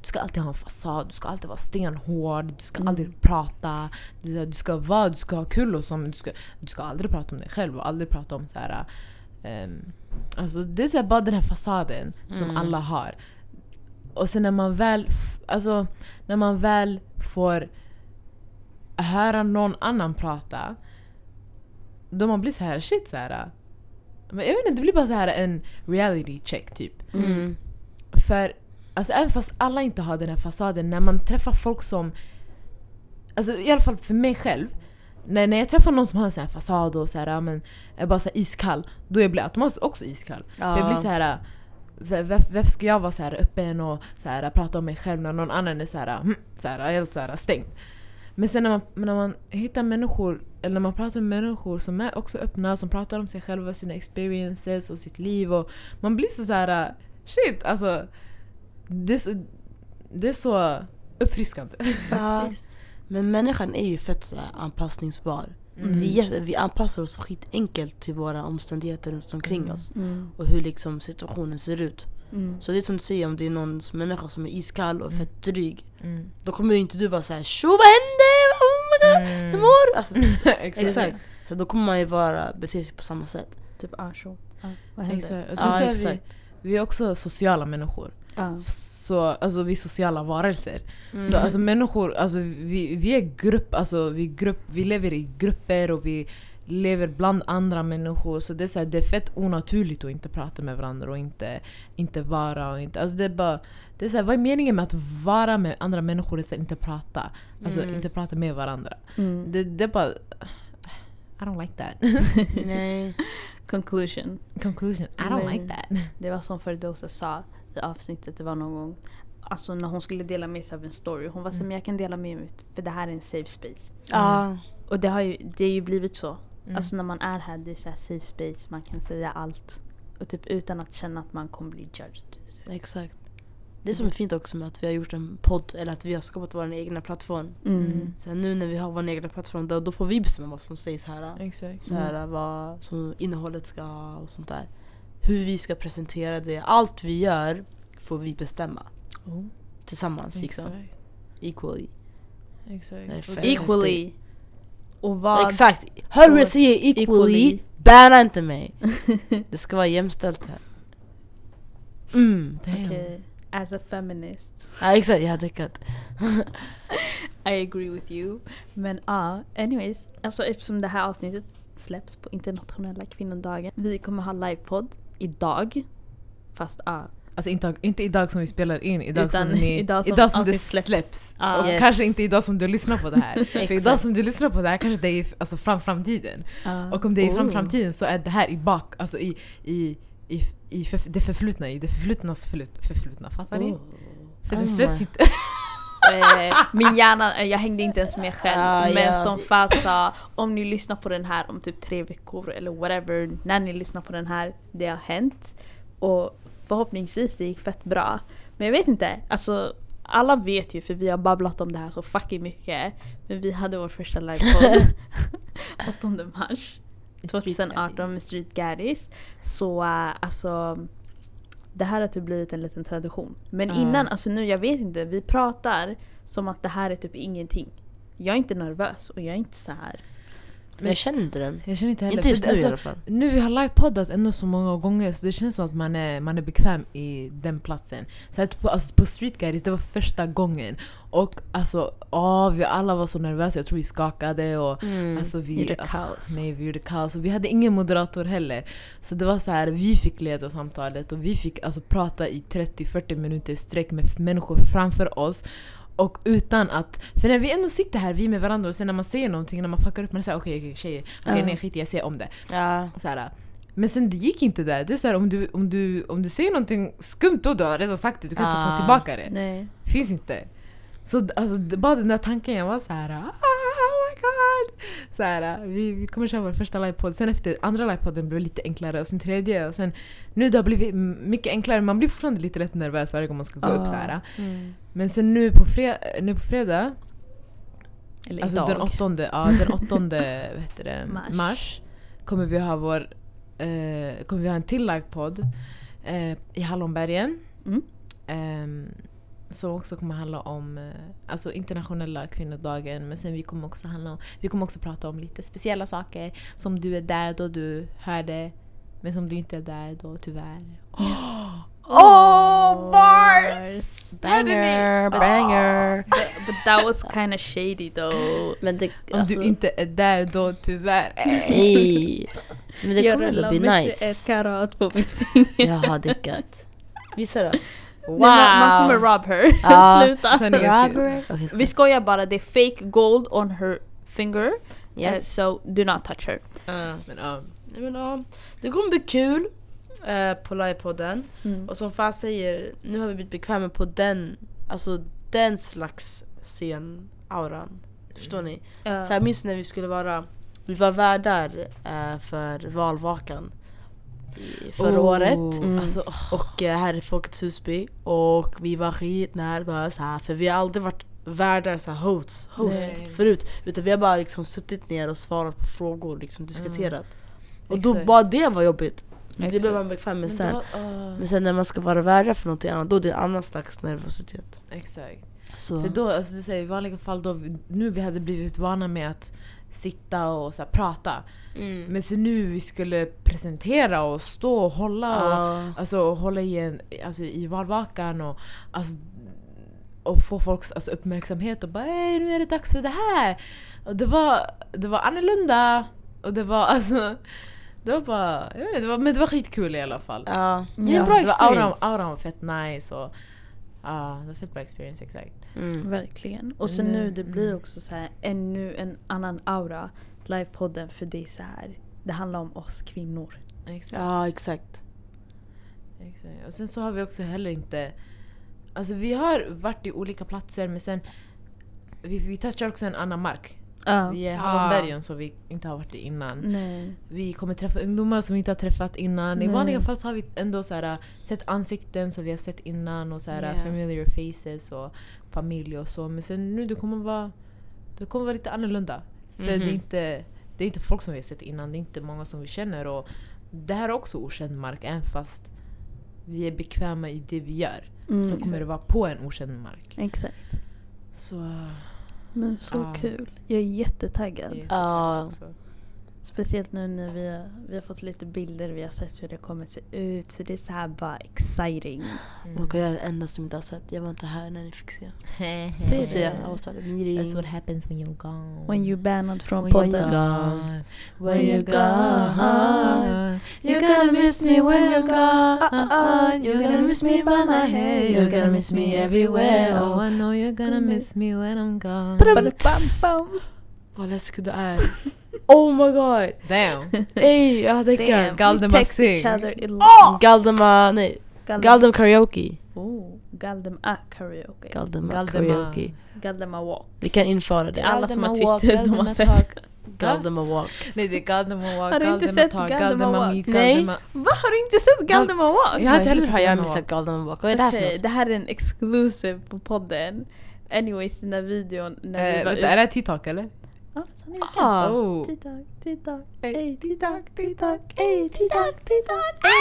C: Du ska alltid ha en fasad, du ska alltid vara stenhård, du ska aldrig prata. Du, du ska vara, du ska ha kul och så men du ska, du ska aldrig prata om dig själv och aldrig prata om så här... ehm, alltså det är så här, bara den här fasaden som alla har. Och sen när man väl... f- Alltså när man väl får höra någon annan prata då man blir så här shit så här. Men jag vet inte, det blir bara så här en reality check typ. För alltså även fast alla inte har den här fasaden, när man träffar folk som... Alltså i alla fall för mig själv. När, när jag träffar någon som har en sån här fasad och så här, ja, men, är bara så här iskall, då jag blir jag automatiskt också iskall. För jag blir så här. v- v- Varför ska jag vara så här öppen och så här, prata om mig själv när någon annan är så här, mm, så här, helt så här, stängd? Men sen när man, men när man hittar människor, eller när man pratar med människor som är också öppna, som pratar om sig själva, sina experiences och sitt liv och man blir så, så här äh, shit alltså. Det är så, det är så uppfriskande.
A: Faktiskt.
B: Men människan är ju fett så här anpassningsbar.
C: Mm.
B: Vi, är jätte- vi anpassar oss skitenkelt till våra omständigheter runt omkring oss. Och hur liksom situationen ser ut.
A: Mm.
B: Så det är som du säger, om det är någon som- människa som är iskall och fett dryg. Då kommer ju inte du vara såhär “tjo vad händer? Oh my god, hur mår du?” alltså,
C: Mm. <laughs> Exakt.
B: Exakt. Så då kommer man ju vara, bete sig på samma sätt.
A: Typ ah, så. Ah, vad händer?
C: Exakt. Och sen
B: Ja
C: så är vi,
B: exakt.
C: vi är också sociala människor.
A: Ah.
C: så, alltså vi är sociala varelser. Så
A: Mm.
C: <laughs> alltså människor, alltså vi, vi är grupp, alltså vi, är grupp, vi lever i grupper och vi lever bland andra människor. Så det är, så här, det är fett onaturligt att inte prata med varandra och inte, inte vara och inte, alltså det är bara, det är så här, vad är meningen med att vara med andra människor och sen inte prata? Alltså
A: Mm.
C: inte prata med varandra. Det, det är bara, I don't like that. <laughs>
B: Nej.
A: Conclusion.
C: Conclusion, I don't
A: Men-
C: like that.
A: <laughs> Det var som Ferdosa sa i avsnittet, det var någon gång. Alltså när hon skulle dela med sig av en story. Hon var såhär, men jag kan dela med mig för det här är en safe space.
B: Ja.
A: Och det har ju, det är ju blivit så. Alltså när man är här, det är såhär safe space, man kan säga allt. Och typ utan att känna att man kommer bli judged.
B: Exakt. Det som är fint också med att vi har gjort en podd, eller att vi har skapat vår egna plattform.
A: Mm.
B: Så här, nu när vi har vår egna plattform, då, då får vi bestämma vad som sägs här.
C: Exakt.
B: Så här vad som innehållet ska ha och sånt där. Hur vi ska presentera det. Allt vi gör får vi bestämma.
C: Oh,
B: Tillsammans
C: exakt.
B: liksom. Equally. Det är
C: Exakt.
B: fett häftigt.
A: Equally. Och vad...
B: Exakt. Hör hur jag säger equally.
A: Equally.
B: Bära inte mig. Det ska vara jämställt här. Mm.
C: Damn.
A: Okej, As a feminist.
B: Ja, exakt, jag hade däckat.
A: I agree with you. Men ja, anyways. Alltså eftersom det här avsnittet släpps på internationella kvinnodagen. Vi kommer ha livepodd idag. Fast ja.
C: Alltså inte, inte idag som vi spelar in, idag
A: Utan
C: som, ni,
A: <laughs> idag
C: idag
A: som
C: som, det
A: avsnitt släpps.
C: släpps.
A: Ja.
C: Och
B: Yes.
C: kanske inte idag som du lyssnar på det <laughs> här. För idag
B: Exakt.
C: som du lyssnar på det här kanske det är alltså, fram framtiden. Och om det är
A: Oh.
C: fram framtiden så är det här i bak, alltså i, i, i, i förf- det förflutna, i det förflutnas förflut, förflutna. Fattar ni? För det
B: Oh my.
C: släpps inte.
A: Eh, min hjärna, eh, jag hängde inte ens med själv.
B: Ah,
A: men
B: ja.
A: som Faz sa, om ni lyssnar på den här om typ tre veckor eller whatever, när ni lyssnar på den här, det har hänt. Och förhoppningsvis det gick fett bra. Men jag vet inte, alltså alla vet ju för vi har babblat om det här så
B: <laughs>
A: fucking mycket. Men vi hade vår första livepodd 8 mars. 2018 med Street Gaddis. Så eh, alltså det här har typ blivit en liten tradition. Men
C: Ja.
A: innan, alltså nu jag vet inte, vi pratar som att det här är typ ingenting. Jag är inte nervös och jag är inte så här.
B: Jag känner inte den.
C: Jag känner inte heller...
B: Inte just
C: för-
B: nu i
C: alltså,
B: alla fall.
C: Nu vi har livepoddat ändå så många gånger så det känns som att man är, man är bekväm i den platsen. Så att på, alltså på Street Guides, det var första gången. Och alltså, åh, vi alla var så nervösa, jag tror vi skakade och alltså, vi
A: Gjorde
C: ah,
A: kaos.
C: Nej, vi gjorde kaos. Och vi hade ingen moderator heller. Så det var så här, vi fick leda samtalet och vi fick alltså prata i 30-40 minuter i sträck med f- människor framför oss. Och utan att, för när vi ändå sitter här vi med varandra och sen när man säger någonting, när man fuckar upp, man är såhär okej okej tjejer, okej
B: Ja.
C: nej skit i, jag säger om det.
B: Ja.
C: Så här, men sen det gick inte där. Det är så här, om, du, om, du, om du säger någonting skumt då, du har redan sagt det. Du kan inte ta
B: Ah.
C: tillbaka det.
A: Nej.
C: Finns inte. Så d- alltså, det- bara den där tanken, jag var så här. Ah, oh my god! Så här, vi, vi kommer köra vår första livepodd. Sen efter andra livepodden blev det lite enklare och sen tredje och sen nu det har blivit m- mycket enklare. Man blir fortfarande lite lätt nervös varje gång man ska gå upp så här. Men sen nu på, fre, nu på fredag,
A: Eller
C: alltså
A: idag.
C: den åttonde, ja, <laughs> den åttonde vad heter det,
A: Mars.
C: mars. kommer vi ha vår eh, kommer vi ha en till livepodd eh, i Hallonbergen.
A: Mm.
C: Ehm, som också kommer handla om eh, alltså internationella kvinnodagen men sen vi kommer också handla om, vi kommer också prata om lite speciella saker som du är där då du hör det men som du inte är där då tyvärr.
A: Oh, <laughs> bars!
B: Banger, banger.
A: But, but that was kind of shady though.
B: Men det,
C: Om du inte är där då tyvärr. <laughs>
B: Ej. Men det kommer ändå bli
A: ett
B: nice.
A: karat på <laughs> mitt
B: Jag har däckat. Visa då.
A: Nej, Man, man kommer rob <laughs> her.
B: Ja.
A: Sluta.
C: Sanningen ska-
B: Okej,
A: Vi
B: ska
A: skojar bara, det är fake gold on her finger.
B: Yes.
A: Eh, so do not touch her.
C: Men, ja.
B: Nej, men, ja. Det kommer bli kul eh, på livepodden.
A: Mm.
B: Och som Fan säger, nu har vi blivit bekväma på den, alltså den slags scen-auran. Förstår ni?
A: Mm.
B: Så här, jag minns när vi skulle vara, vi var värdar eh, för valvakan i- förra
C: Oh,
B: året.
D: Mm.
C: Alltså, åh.
B: Och eh, här i Folkets Husby. Och vi var skitnervösa här, för vi har aldrig varit värdar, så här, hosts, hosts
C: Nej.
B: förut. Utan vi har bara liksom suttit ner och svarat på frågor, liksom diskuterat. Och då
C: Exakt.
B: bara det var jobbigt. Det
A: Exakt.
B: blev man bekväm med sen.
C: Men då-
B: Men sen när man ska vara värdar för någonting annat, då är det en annan slags nervositet.
C: Exakt.
B: Så.
C: För då, alltså det säger, i vanliga fall då, nu vi hade blivit vana med att sitta och så här, prata.
B: Mm.
C: Men så nu vi skulle presentera och stå och hålla och
B: Ja.
C: alltså, och hålla i, en, alltså, i valvakan och, alltså, och få folks alltså, uppmärksamhet och bara "Hej, nu är det dags för det här. Och det var, det var annorlunda och det var <laughs> alltså det var bara, jag vet inte, det var, men det var skitkul i alla fall.
B: Ja.
A: Det är en
B: Ja,
A: bra
C: det var, auran,
B: experience.
C: auran var fett nice och ja, det var fett bra experience exakt.
B: Mm.
A: Verkligen. Och så
C: Men det-
A: nu det blir
C: mm.
A: också så här ännu en annan aura, livepodden, för det är så här. Det handlar om oss kvinnor.
C: Exakt.
B: Ja, exakt.
C: Exakt. Och sen så har vi också heller inte... Alltså vi har varit i olika platser men sen... Vi, vi touchar också en annan mark. Vi är i
B: Ja. Mm.
C: Hallonbergen som vi inte har varit i innan.
A: Nej.
C: Vi kommer träffa ungdomar som vi inte har träffat innan. I
A: Nej.
C: vanliga fall så har vi ändå så här, äh, sett ansikten som vi har sett innan och så här, äh,
B: Ja.
C: familiar faces och familj och så. Men sen nu det kommer vara, det kommer vara lite annorlunda. För det,
B: Mhm.
C: är inte, det är inte folk som vi har sett innan, det är inte många som vi känner. Och det här är också okänd mark, även fast vi är bekväma i det vi gör.
A: Mm.
C: Så kommer det vara på en okänd mark.
A: Exakt.
C: Så...
A: Men så
C: Ja.
A: kul. Jag är jättetaggad.
C: det är
B: Ja.
C: också.
A: Speciellt nu när vi har, vi har fått lite bilder, vi har sett hur det kommer se ut. Så det är så här bara exciting.
B: Mm. Och jag är den enda som inte har sett. Jag var inte här när ni fick se.
A: Ser
B: Får se,
A: det.
B: jag was at a meeting.
C: That's what happens when you're gone.
A: When you banned från
C: When
A: podden.
B: you're
C: gone.
B: When you're
C: Mm.
B: gone. You're gonna miss me when you're gone. You're gonna miss me by my hair. You're gonna miss me everywhere.
C: Oh,
B: Oh.
C: I know you're gonna miss me when I'm gone.
A: Badum-bam-bam.
B: Vad läskig du är. Oh my god.
C: Damn.
B: Ey, jag hade
A: Damn,
B: däckat.
C: Galdemar
A: we text each
C: Singh.
A: other in-
B: Galdema, nej.
A: Galdem-
B: Galdem karaoke.
A: Oh, Galdema karaoke.
B: Galdema,
C: Galdema.
B: karaoke.
A: Galdema walk.
B: Vi kan införa det.
A: Alla som har
C: Galdemar walk,
A: Twitter, de har
C: Galdemar
A: sett.
B: Galdema walk.
C: Nej det är Galdemar walk,
A: Har du inte
C: Galdemar
A: sett
C: talk,
A: Galdemar
C: Galdemar
A: walk?
C: meet,
B: Nej.
C: Galdemar...
A: Va, har du inte sett Galdema walk?
C: Jag har inte heller
B: Hur
C: sett
B: har jag
C: Galdemar
B: missat
C: walk.
B: Galdema walk? Vad är det här för
A: Okej,
B: något?
A: det här är en exclusive på podden. Anyways, den där videon när vi
C: Eh,
A: var
C: Vänta, är det här TikTok eller?
A: Ja, fast han är
D: Ah.
A: vegan.
C: Oh.
A: Tidag, tidag,
C: Ey,
A: ej tidag, tidag, ej tidag, tidag,
B: Titak,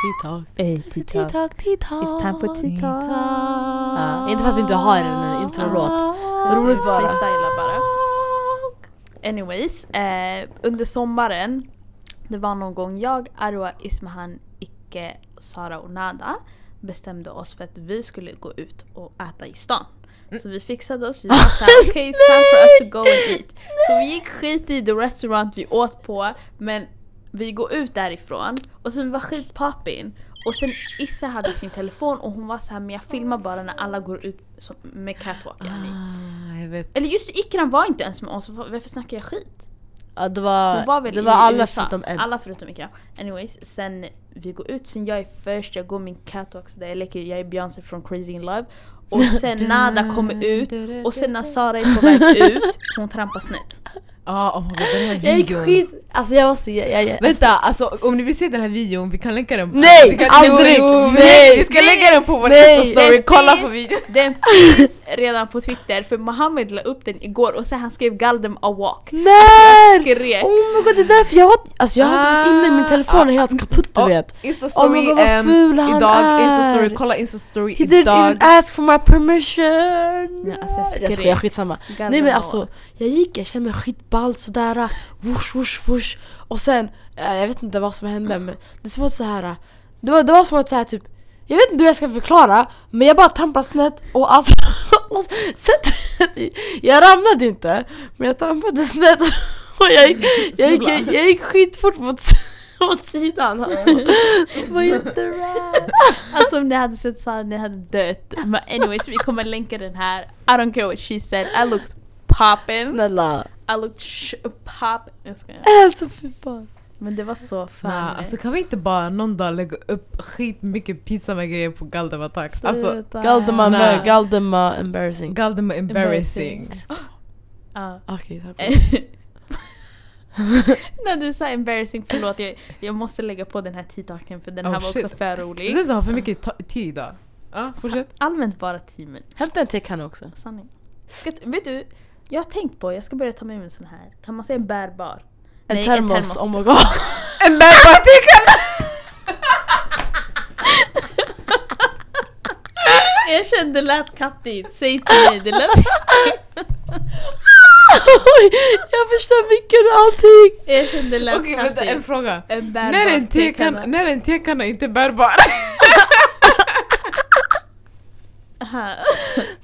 B: titak.
A: ej tidag.
D: titak.
A: It's time for tidag.
C: Ah.
B: Ah.
D: Ja, inte för att vi inte har en introlåt. Roligt bara.
A: Freestyla bara. Anyways, eh, under sommaren, det var någon gång jag, Arwa, Ismahan, Icke, Sara och Nada bestämde oss för att vi skulle gå ut och äta i stan. Så vi fixade oss, vi var såhär
D: <laughs>
A: okej it's time for us to go and eat. Så vi gick skit i the restaurant vi åt på men vi går ut därifrån och sen vi var skitpappin och sen Issa hade sin telefon och hon var så här men jag filmar bara när alla går ut som, med catwalk yani.
C: Ah, jag vet.
A: Eller just Ikram var inte ens med oss, va- varför snackar jag skit?
B: Ja, Ah, det
A: Hon
B: var,
A: var väl
B: det
A: i
B: var alla
A: USA.
B: förutom en.
A: Alla förutom Ikram. Anyways, sen vi går ut, sen jag är först, jag går min catwalk sådär, jag leker, jag är Beyoncé från Crazy in Love. Och
B: <laughs>
A: sen Nada kommer ut och sen när Sara är på väg ut, hon trampar snett.
C: Ah, oh my god, den här
B: Jag gick
C: videon.
B: skit... Alltså jag måste... Jag, jag, jag.
C: Vänta, alltså om ni vill se den här videon, vi kan länka den på...
B: Nej,
C: Vi kan,
B: aldrig!
C: Jo, jo, vi-
B: Nej,
C: vi ska lägga den på vår
B: nej.
C: Insta story,
A: Den
C: kolla
A: finns.
C: på videon!
A: Den finns redan på Twitter för Mohammed la upp den igår och sen han skrev Galdem a walk.
B: Nej!
A: Skrek.
B: Oh my god, det är därför jag var... Alltså jag har varit
C: Ah,
B: inne i min telefon är helt kaputt du
C: Och
B: vet.
C: Insta
B: Oh my
C: story
B: god vad
C: ehm,
B: ful han
C: idag,
B: är!
C: Insta story, kolla Insta story
B: He didn't
C: idag.
B: even ask for my permission!
A: Nej, alltså, jag
B: jag
A: skrek.
B: skojar, skitsamma.
A: Galdem
B: Nej men
A: a
B: alltså,
A: walk.
B: jag gick, jag kände mig skitball sådär, äh, whoosh whoosh whoosh Och sen, eh, jag vet inte vad som hände men det var som att så här. äh, Det var, det var som att så här, typ, jag vet inte hur jag ska förklara men jag bara trampade snett och alltså <laughs> och sättet, i- <laughs> jag ramlade inte men jag trampade snett <laughs> och jag gick, jag gick, jag, jag gick skitfort mot, <laughs> mot sidan alltså. Det var jätterädd.
A: Alltså om ni hade sett Sara, ni hade dött. Men anyways, vi kommer länka den här. I don't care what she said, I looked poppin.
B: Snälla.
A: I looked sh- pop. Jag skojar.
B: Alltså fy fan.
A: Men det var så fan.
C: Nah, alltså kan vi inte bara någon dag lägga upp skitmycket pinsamma grejer på Galdem Attack? Alltså,
A: Sluta.
B: Galdemar,
C: Nej.
B: embar- Galdemar embarrassing.
C: Galdem är embarrassing.
A: Ja. <laughs>
B: Okej, tack.
A: När du sa embarrassing, förlåt jag, jag måste lägga på den här tidtaken för den
C: Oh,
A: här var
C: shit.
A: också för rolig.
C: Sen så har för mycket ta- tid idag. Ja, fortsätt.
A: Allmänt bara teamen.
B: Hämta en till kanna också.
A: Sanning. Ska, vet du, jag har tänkt på, jag ska börja ta med mig en sån här. Kan man säga bärbar?
B: En
A: Nej, en
B: termos,
A: termos.
B: oh my god.
C: En bärbar till
A: Jag kände det lät kattigt, säg inte nej. Det lät...
B: <laughs> Oj, jag förstår mycket och allting.
A: Jag kände det lät
C: Okej vänta, en
A: kattigt.
C: fråga.
A: En bärbar
C: När en tekanna,
A: tekanna.
C: när en tekanna inte är bärbar? <laughs>
A: Aha.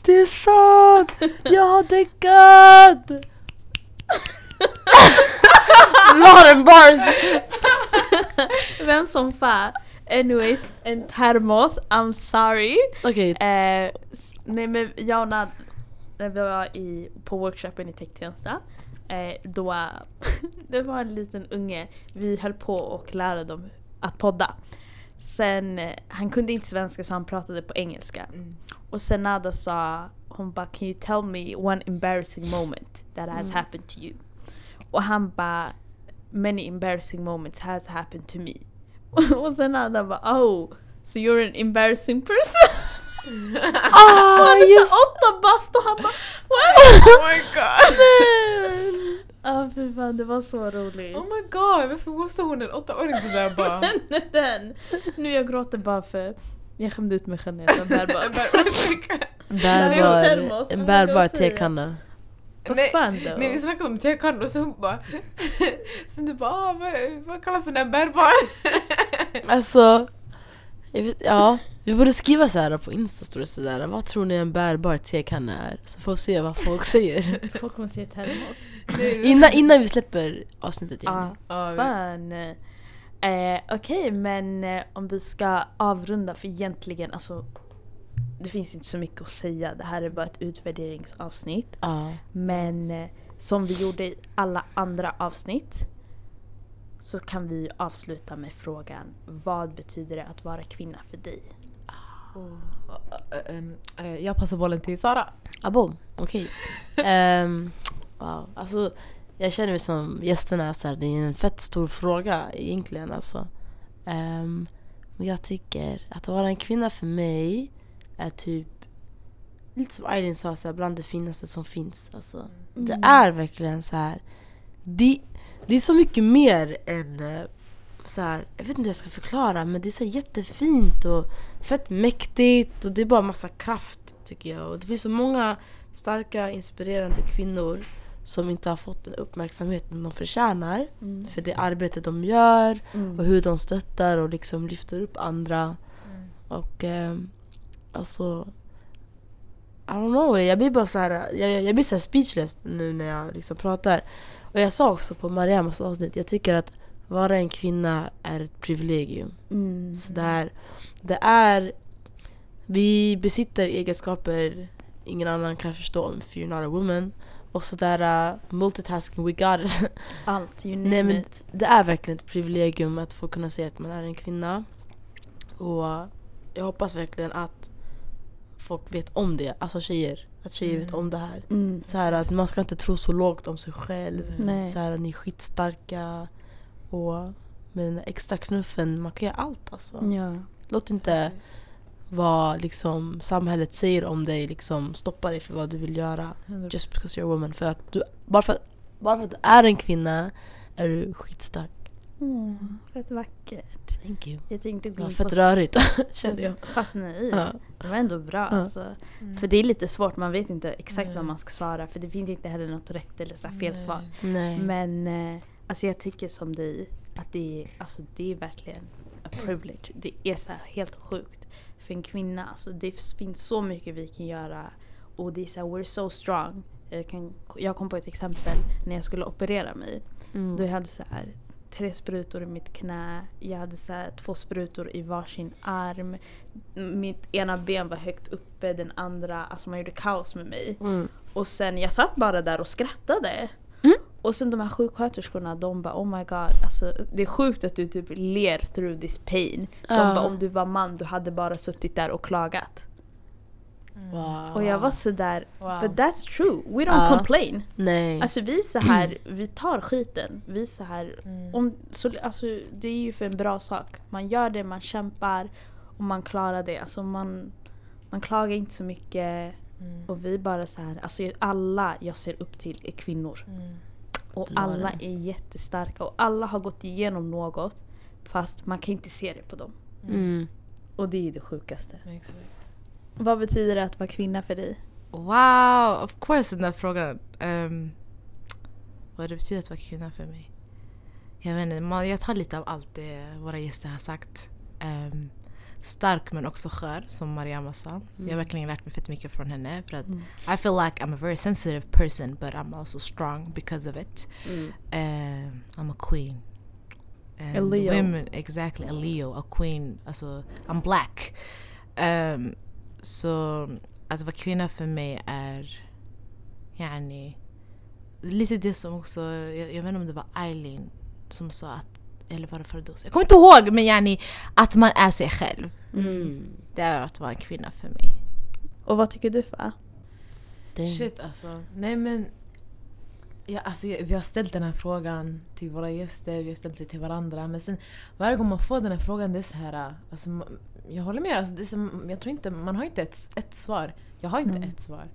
B: Det är sant. Jag har däckat.
A: <laughs>
B: Lauren bars.
A: Vem som fan. Anyways, en termos. I'm sorry.
B: Okej,
A: Eh, s- nej men jag och Nad, när vi var i, på workshopen i Techtjänsta, eh, då <laughs> det var en liten unge, vi höll på och lära dem att podda. Sen, eh, han kunde inte svenska så han pratade på engelska. Och sen Nada sa, hon bara “Can you tell me one embarrassing moment that has happened to you?” Och han bara “Many embarrassing moments has happened to me”. <laughs> och sen Nada bara “Oh, so you're an embarrassing person?” <laughs>
B: ah
A: Han är
B: just
A: så åtta bast och han bara
B: <laughs>
C: oh my god!
A: Ja Ah, fy fan det var så roligt.
C: Oh my god, varför måste hon en åttaåring sådär
B: <laughs>
C: bara?
A: <laughs> Den. Nu jag gråter bara för jag skämde ut mig själv när jag sa
C: <laughs>
A: bärbar.
C: En bärbar tekanna.
A: Bärbar- en termos,
B: bärbar,
A: en
B: en
A: oh bärbar my
B: bärbar
A: god, säger jag.
B: tekanna.
A: Vad
C: Nej,
A: fan
C: Nej vi
A: då?
C: snackade om tekannor och så hon bara... <laughs> Så du bara ah, vad, vad kallas den där bärbar?
A: <laughs>
B: Alltså, jag vet, ja. Vi borde skriva så här på instastories sådär. Vad tror ni en bärbar tekanna är? Så får vi se vad folk säger.
A: <laughs> <laughs> Folk kommer säga termos.
B: Innan, innan vi släpper avsnittet igen.
A: Ja
C: Ja, vi-
A: Ah, fan. Eh, Okej men eh, om vi ska avrunda för egentligen alltså det finns inte så mycket att säga. Det här är bara ett utvärderingsavsnitt.
B: Ja.
A: Men eh, som vi gjorde i alla andra avsnitt så kan vi avsluta med frågan vad betyder det att vara kvinna för dig?
C: Eh, ehm, eh, Jag passar bollen till Sara.
B: Abow, Ah, okej. Ehm, wow. Alltså, jag känner mig som gästerna, så här, det är en fett stor fråga egentligen. Alltså. Ehm, men jag tycker att vara en kvinna för mig är typ lite som Aileen sa, så här, bland det finaste som finns. Alltså,
A: Mm.
B: Det är verkligen så här. Det, det är så mycket mer än eh, så här, jag vet inte hur jag ska förklara men det är så här jättefint och fett mäktigt och det är bara massa kraft tycker jag. Och det finns så många starka, inspirerande kvinnor som inte har fått den uppmärksamheten de förtjänar
A: Mm.
B: för det arbete de gör och hur de stöttar och liksom lyfter upp andra. Och eh, alltså... I don't know, jag blir bara så här, jag, jag- jag blir så här speechless nu när jag liksom pratar. Och jag sa också på Mariamas avsnitt, jag tycker att vara en kvinna är ett privilegium.
A: Mm.
B: Så där, det är... Vi besitter egenskaper ingen annan kan förstå if you're not a woman. Och sådär uh, multitasking, we got it.
A: Allt, you
B: Nej,
A: name
B: men-
A: it.
B: Det är verkligen ett privilegium att få kunna säga att man är en kvinna. Och jag hoppas verkligen att folk vet om det, alltså tjejer. Att tjejer vet om det här.
A: Mm.
B: Så här att man ska inte tro så lågt om sig själv.
A: Nej.
B: Så här att ni är skitstarka. Och med den där extra knuffen, man kan göra allt alltså.
A: Ja.
B: Låt inte vad liksom, samhället säger om dig liksom, stoppa dig för vad du vill göra. Just because you're a woman. För att du, bara, för, bara för att du är en kvinna är du skitstark.
A: Mm. Fett vackert.
B: Thank you.
A: Jag tänkte gå
B: Ja,
A: in
B: fett
A: på
B: rörigt kände jag.
A: fastna i.
B: Ja.
A: Det var ändå bra
B: Ja.
A: alltså. För det är lite svårt, man vet inte exakt vad
C: Nej.
A: man ska svara för det finns inte heller något rätt eller så här fel svar.
B: <laughs> Nej.
A: Men eh, alltså jag tycker som dig att det är, alltså det är verkligen a privilege. Det är så här helt sjukt för en kvinna. Alltså det finns så mycket vi kan göra och det är så här, we're so strong. Jag, kan, jag kom på ett exempel när jag skulle operera mig. Då jag hade så här tre sprutor i mitt knä, jag hade så här två sprutor i varsin arm. Mitt ena ben var högt uppe, den andra, alltså man gjorde kaos med mig. Och sen jag satt bara där och skrattade. Och sen de här sjuksköterskorna, de bara oh my god, alltså, det är sjukt att du typ ler through this pain. De
B: Ja.
A: bara om du var man, du hade bara suttit där och klagat. Mm.
B: Wow.
A: Och jag var sådär,
C: Wow.
A: but that's true, we don't
B: Ja. Mm.
A: complain.
B: Nej.
A: Alltså vi är så här, vi tar skiten. Vi är så här,
C: Mm.
A: om, så, alltså, det är ju för en bra sak. Man gör det, man kämpar och man klarar det. Alltså man, man klagar inte så mycket.
C: Mm.
A: Och vi bara så här, alltså alla jag ser upp till är kvinnor.
C: Mm.
A: Och
B: Det var
A: alla är jättestarka och alla har gått igenom något fast man kan inte se det på dem.
B: mm.
A: Och det är det sjukaste.
C: Exakt.
A: Vad betyder det att vara kvinna för dig?
D: Wow, of course den där frågan. Ehm, vad det betyder att vara kvinna för mig? Jag vet inte, man- jag tar lite av allt det våra gäster har sagt. Ehm, stark men också skör, som Mariama sa. Jag har verkligen lärt mig fett mycket från henne. För
A: Mm.
D: att I feel like I'm a very sensitive person but I'm also strong because of it.
C: Mm.
D: Ehm, I'm a queen. And
A: A Leo.
D: Women, exactly, a Leo, a queen. Alltså, I'm black. Ehm, så att vara kvinna för mig är yani, lite det som också, jag, jag vet inte om det var Eileen som sa att, eller var det Fardos? Jag kommer inte ihåg men yani, att man är sig själv.
C: Mm.
D: Det är att vara en kvinna för mig.
A: Mm. Och vad tycker du Fa?
B: Dang.
C: Shit alltså. Nej men. Ja, alltså, jag- vi har ställt den här frågan till våra gäster, vi har ställt den till varandra. Men sen varje gång man får den här frågan, det är så här. Alltså, ma- jag håller med, alltså, det är så, jag tror inte, man har inte ett, ett svar. Jag har inte ett svar.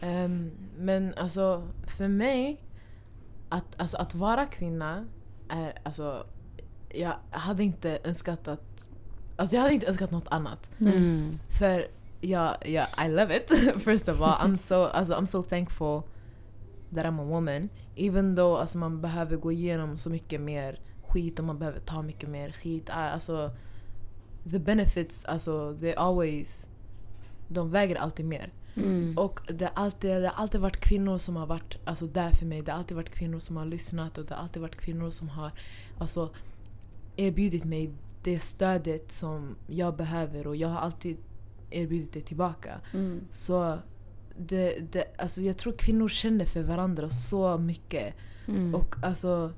C: Ehm, men alltså för mig, att, alltså, att vara kvinna är alltså, jag hade inte önskat att, alltså jag hade inte önskat något annat.
B: Mm.
C: För jag, jag, I love it. <laughs> First of all, I'm so, alltså, I'm so thankful that I'm a woman. Even though alltså, man behöver gå igenom så mycket mer skit och man behöver ta mycket mer skit. Ah, Alltså, the benefits, alltså, they always, de väger alltid mer. Och det har, alltid, det har alltid varit kvinnor som har varit alltså, där för mig. Det har alltid varit kvinnor som har lyssnat och det har alltid varit kvinnor som har alltså, erbjudit mig det stödet som jag behöver och jag har alltid erbjudit det tillbaka.
A: Mm.
C: Så det, det, alltså, jag tror kvinnor känner för varandra så mycket.
B: Mm.
A: Mm.
C: Och alltså...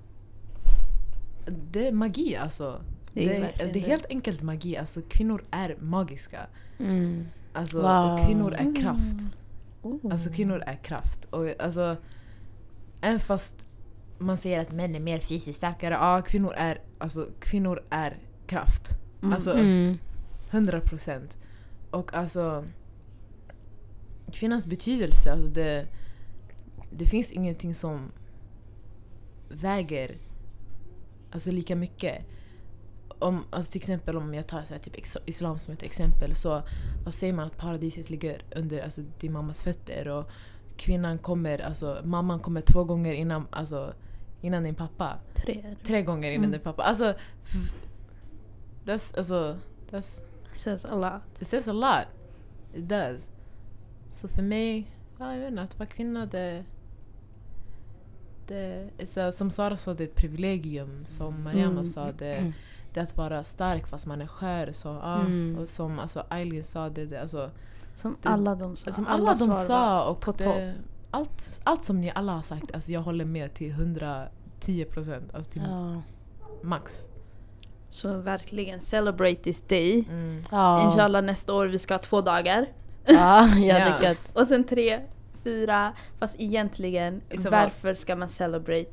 C: Det är magi alltså.
A: Det är
C: Det är,
A: verkligen
C: det är
A: det.
C: helt enkelt magi. Alltså, kvinnor är magiska.
B: Mm.
C: Alltså,
B: Wow.
C: och kvinnor är kraft.
A: Mm.
C: Alltså kvinnor är kraft. Och alltså, även fast man säger att män är mer fysiskt starkare, ja kvinnor är, alltså, kvinnor är kraft.
A: Mm.
C: Alltså,
B: Mm.
C: hundra procent. Och alltså, kvinnans betydelse, alltså det, det finns ingenting som väger alltså, lika mycket. Om, alltså, till exempel om jag tar så här, typ, ex- islam som ett exempel så alltså, säger man att paradiset ligger under alltså, din mammas fötter och kvinnan kommer, alltså, mamman kommer två gånger innan, alltså, innan din pappa.
A: Tre.
C: Tre gånger innan
D: Mm.
C: din pappa. Alltså, f- that's, alltså that's,
A: Says a lot.
C: It says a lot. It does. Så för mig, ja, jag vet inte, att vara kvinna det... det är så, som Sara sa, det är ett privilegium. Som Mariama
B: Mm.
C: sa, det, det är att vara stark fast man är skör. Så, ja,
B: Mm.
C: och som alltså, Eileen sa, det, det, alltså,
A: Som
C: Det-
A: alla de sa.
C: som alla, de
A: svar var-
C: sa och
A: på
C: det, allt, allt som ni alla har sagt, alltså, jag håller med till 110 procent. Alltså till
B: Ja.
C: max.
A: Så verkligen, celebrate this day.
C: Mm.
B: Ja,
A: Inshallah nästa år vi ska ha två dagar.
B: ja
A: <laughs>
B: jag tycker
C: Yes.
B: att...
A: Och sen tre, fyra. Fast egentligen,
C: Så vad-
A: varför ska man celebrate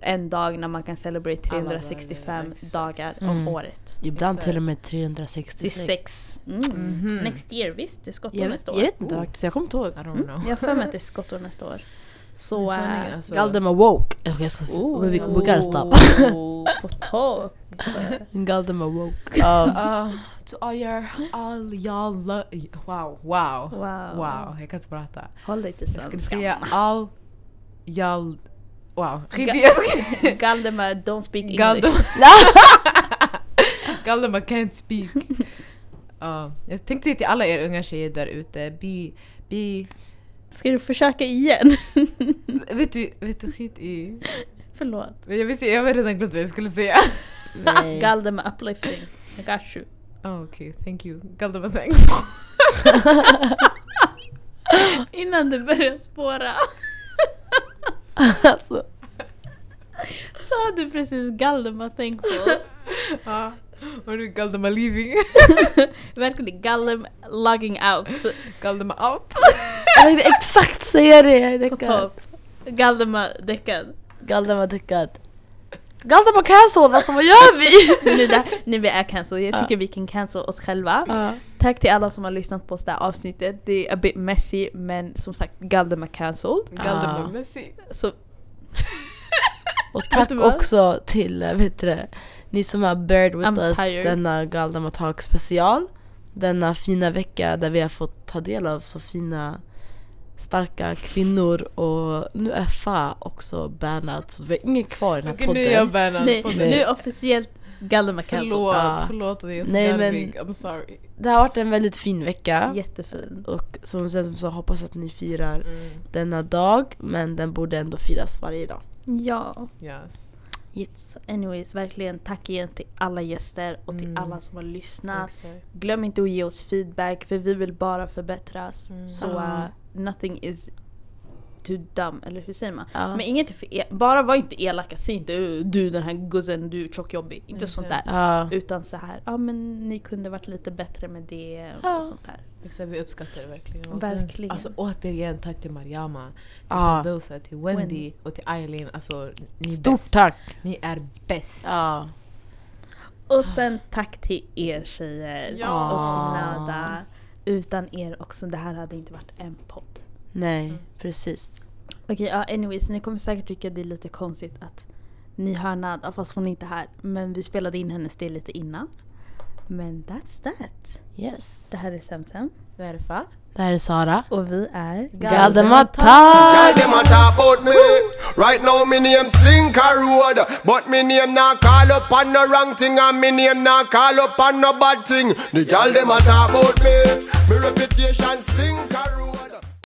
A: en dag när man kan celebrate
C: Alla dagar,
A: 365
C: exakt.
A: dagar om
B: Mm.
A: året?
B: Ibland
C: Exakt.
B: till och med
A: Det är
B: 366.
A: sex. Mm.
C: Mhm.
A: Next year, visst det är skottår
B: Jag vet,
A: nästa
B: jag
A: år. Oh.
B: vet inte faktiskt, jag kommer inte ihåg.
C: I don't know.
A: Jag har för mig att det är skottår nästa år. Så...
C: Men
A: äh,
C: sanningen, alltså-
B: eh, Galdem are woke. Okej, jag ska...
A: oh.
B: we, we gotta stop.
A: Oh, på
C: <laughs>
A: topp!
B: Galdem
A: <laughs>
B: are woke.
C: Så,
B: Ja.
C: ah, to all your, all y'all lo- wow, wow,
A: Wow.
C: wow, jag kan inte prata.
A: Håll dig till
C: Jag skulle
A: svenska.
C: säga <laughs> all y'all, wow. Skit i-
A: Ga- <laughs>
C: <laughs> jag ska-
A: Galdemar don't speak English.
C: Galdemar Galdemar can't speak. Um, Ja, jag tänkte säga till alla er unga tjejer där ute, be, be,
A: Ska du försöka igen? <laughs>
C: vet du, vet du skit i,
A: Förlåt.
C: jag, vill säga, jag har redan glömt vad jag skulle säga.
B: Nej.
A: Galdemar uplifting. I got you.
C: <laughs> Oh, Okej, thank you. Galdemar thanks.
A: Innan det börjar spåra.
B: Alltså,
A: Sa du precis Galdemar thankful?
C: Ja, och nu Galdemar leaving, <laughs>
A: Verkligen Galdem logging out.
C: Galdemar out.
B: jag tänkte exakt säga det! Jag är
A: På
B: däckad.
A: topp. Galdemar däckad.
B: Galdem var däckad. Galdem var cancelled, alltså vad gör
A: <laughs>
B: vi?
A: Nu, där, nu vi är cancel. Jag tycker vi kan cancel oss själva. Tack till alla som har lyssnat på det här avsnittet. Det är a bit messy men som sagt Galdemar cancelled.
C: Galdemar
B: Ah.
C: Messi.
A: Så
B: Och
A: Vet
B: tack
A: du vad?
B: också till äh, vet du, det, ni som har buried with
A: I'm
B: us
A: tired.
B: denna Galdem och Talk special. Denna fina vecka där vi har fått ta del av så fina starka kvinnor och nu är Fa också bannad så vi har inget kvar i den här
C: Okej, nu
B: podden.
C: är jag bannad
A: nej,
C: på
B: podden.
A: nu är officiellt Galdemar cancelled.
C: Förlåt,
B: Ja.
C: förlåt att jag är så
B: Ah. Nej, men-
C: garvig. I'm sorry.
B: Det har varit en väldigt fin vecka
A: Jättefin.
B: och som sen så hoppas att ni firar
A: Mm.
B: denna dag men den borde ändå firas varje dag.
A: Ja.
C: Yes.
B: Yes.
A: Anyways, verkligen tack igen till alla gäster och till
C: Mm.
A: alla som har lyssnat.
C: Exakt.
A: Glöm inte att ge oss feedback för vi vill bara förbättras.
C: Mm.
A: Så
B: Ja.
A: uh, nothing is too dumb, eller hur säger man?
B: Ja.
A: Men inget är för e- bara var inte elaka, säg inte "Ö, du den här gussen, du är tjockjobbig. Inte
C: Exakt.
A: sånt där.
B: Ja.
A: Utan så här, ja men ni kunde varit lite bättre med det
B: Ja.
A: och sånt där.
C: Exakt, vi uppskattar det verkligen.
A: Verkligen.
C: Sen, alltså, återigen tack till Mariama, till
B: Ja.
C: Firdousa, till Wendy,
A: Wendy.
C: och till Eileen. Alltså, ni är
B: Ah. Stort
C: bäst.
B: tack!
C: Ni är bäst.
B: Ja.
A: Och sen tack till er tjejer
C: Ja.
A: och till Nada. Utan er också, det här hade inte varit en podd.
B: Nej, precis.
A: Okej, ja anyways, ni kommer säkert tycka det är lite konstigt att ni hör Nada fast hon är inte här. Men vi spelade in hennes del lite innan. Men that's that.
B: Yes.
A: Det här är Semsem
C: Därför.
B: Det här är Sara.
A: och vi är
B: Galdematar!
E: Girl, them a talk about me. Right now, me name Slinker Road. But me name not call up on no wrong thing. And me name not call up on no bad thing. The girl, them a talk about me. Me reputation Slinker Road.